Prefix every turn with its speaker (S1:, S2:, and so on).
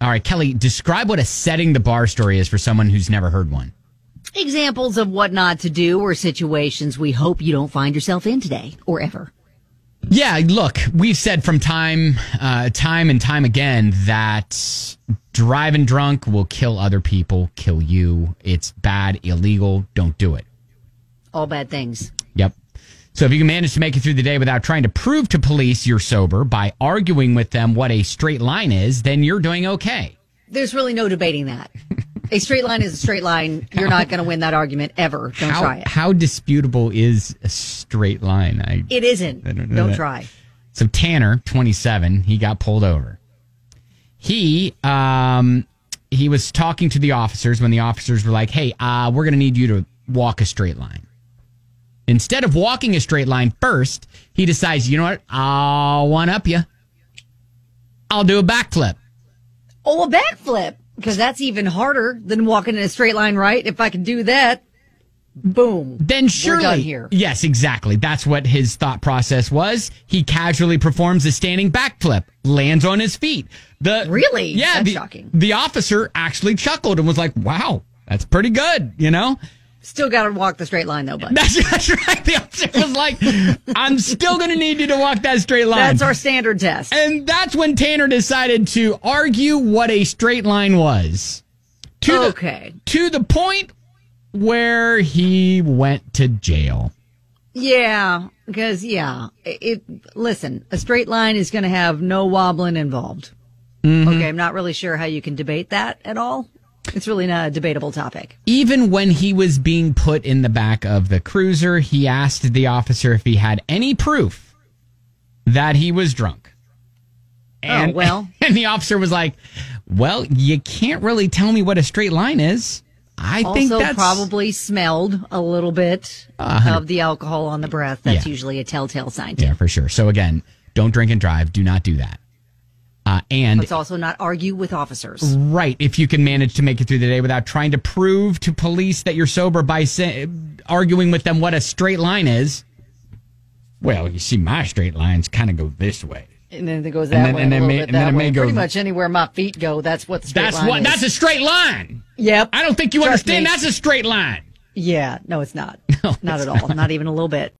S1: All right, Kelly, describe what a setting the bar story is for someone who's never heard one.
S2: Examples of what not to do or situations we hope you don't find yourself in today or ever.
S1: Yeah, look, we've said from time, uh, time and time again that driving drunk will kill other people, kill you. It's bad, illegal. Don't do it.
S2: All bad things.
S1: Yep. So if you can manage to make it through the day without trying to prove to police you're sober by arguing with them what a straight line is, then you're doing okay.
S2: There's really no debating that. a straight line is a straight line. You're not going to win that argument ever. Don't
S1: how,
S2: try it.
S1: How disputable is a straight line? I,
S2: It isn't.
S1: I
S2: don't
S1: don't know that.
S2: try.
S1: So Tanner, 27, he got pulled over. He um he was talking to the officers when the officers were like, "Hey, uh, we're going to need you to walk a straight line." Instead of walking a straight line first, he decides, "You know what? I'll one up you. I'll do a backflip."
S2: Oh, a backflip because that's even harder than walking in a straight line, right? If I can do that, boom.
S1: Then surely,
S2: done here.
S1: yes, exactly. That's what his thought process was. He casually performs a standing backflip, lands on his feet. The
S2: Really?
S1: yeah,
S2: That's
S1: the,
S2: shocking.
S1: The officer actually chuckled and was like, "Wow, that's pretty good," you know.
S2: Still got to walk the straight line though, bud.
S1: That's, that's right. The officer was like, "I'm still going to need you to walk that straight line."
S2: That's our standard test.
S1: and that's when Tanner decided to argue what a straight line was. To the-
S2: Okay.
S1: to the point where he went to jail.
S2: Yeah, because yeah, it, it- Listen, a straight line is going to have no wobbling involved.
S1: Mm-hmm.
S2: Okay, I'm not really sure how you can debate that at all. It's really not a debatable topic.
S1: even when he was being put in the back of the cruiser, he asked the officer if he had any proof that he was drunk. And,
S2: Oh, well.
S1: And the officer was like, Well, you can't really tell me what a straight line is. I think
S2: Also,
S1: that's
S2: probably smelled a little bit of the alcohol on the breath. That's
S1: Yeah.
S2: usually a telltale sign.
S1: Yeah, for sure. So again, don't drink and drive. Do not do that. Uh, and
S2: Let's also not argue with officers.
S1: Right, if you can manage to make it through the day without trying to prove to police that you're sober by say, arguing with them what a straight line is. Well, you see, my straight lines kind of go this way.
S2: And then it goes
S1: And
S2: that
S1: then-
S2: way,
S1: and
S2: a
S1: then
S2: little
S1: may-
S2: bit
S1: and then
S2: that
S1: it
S2: way.
S1: may go-
S2: Pretty much anywhere my feet go, that's what the straight
S1: That's
S2: line
S1: what.
S2: is.
S1: That's a straight line.
S2: yep.
S1: I don't think you
S2: Trust
S1: understand.
S2: me.
S1: That's a straight line.
S2: Yeah, no, it's not. not at all. Not even a little bit.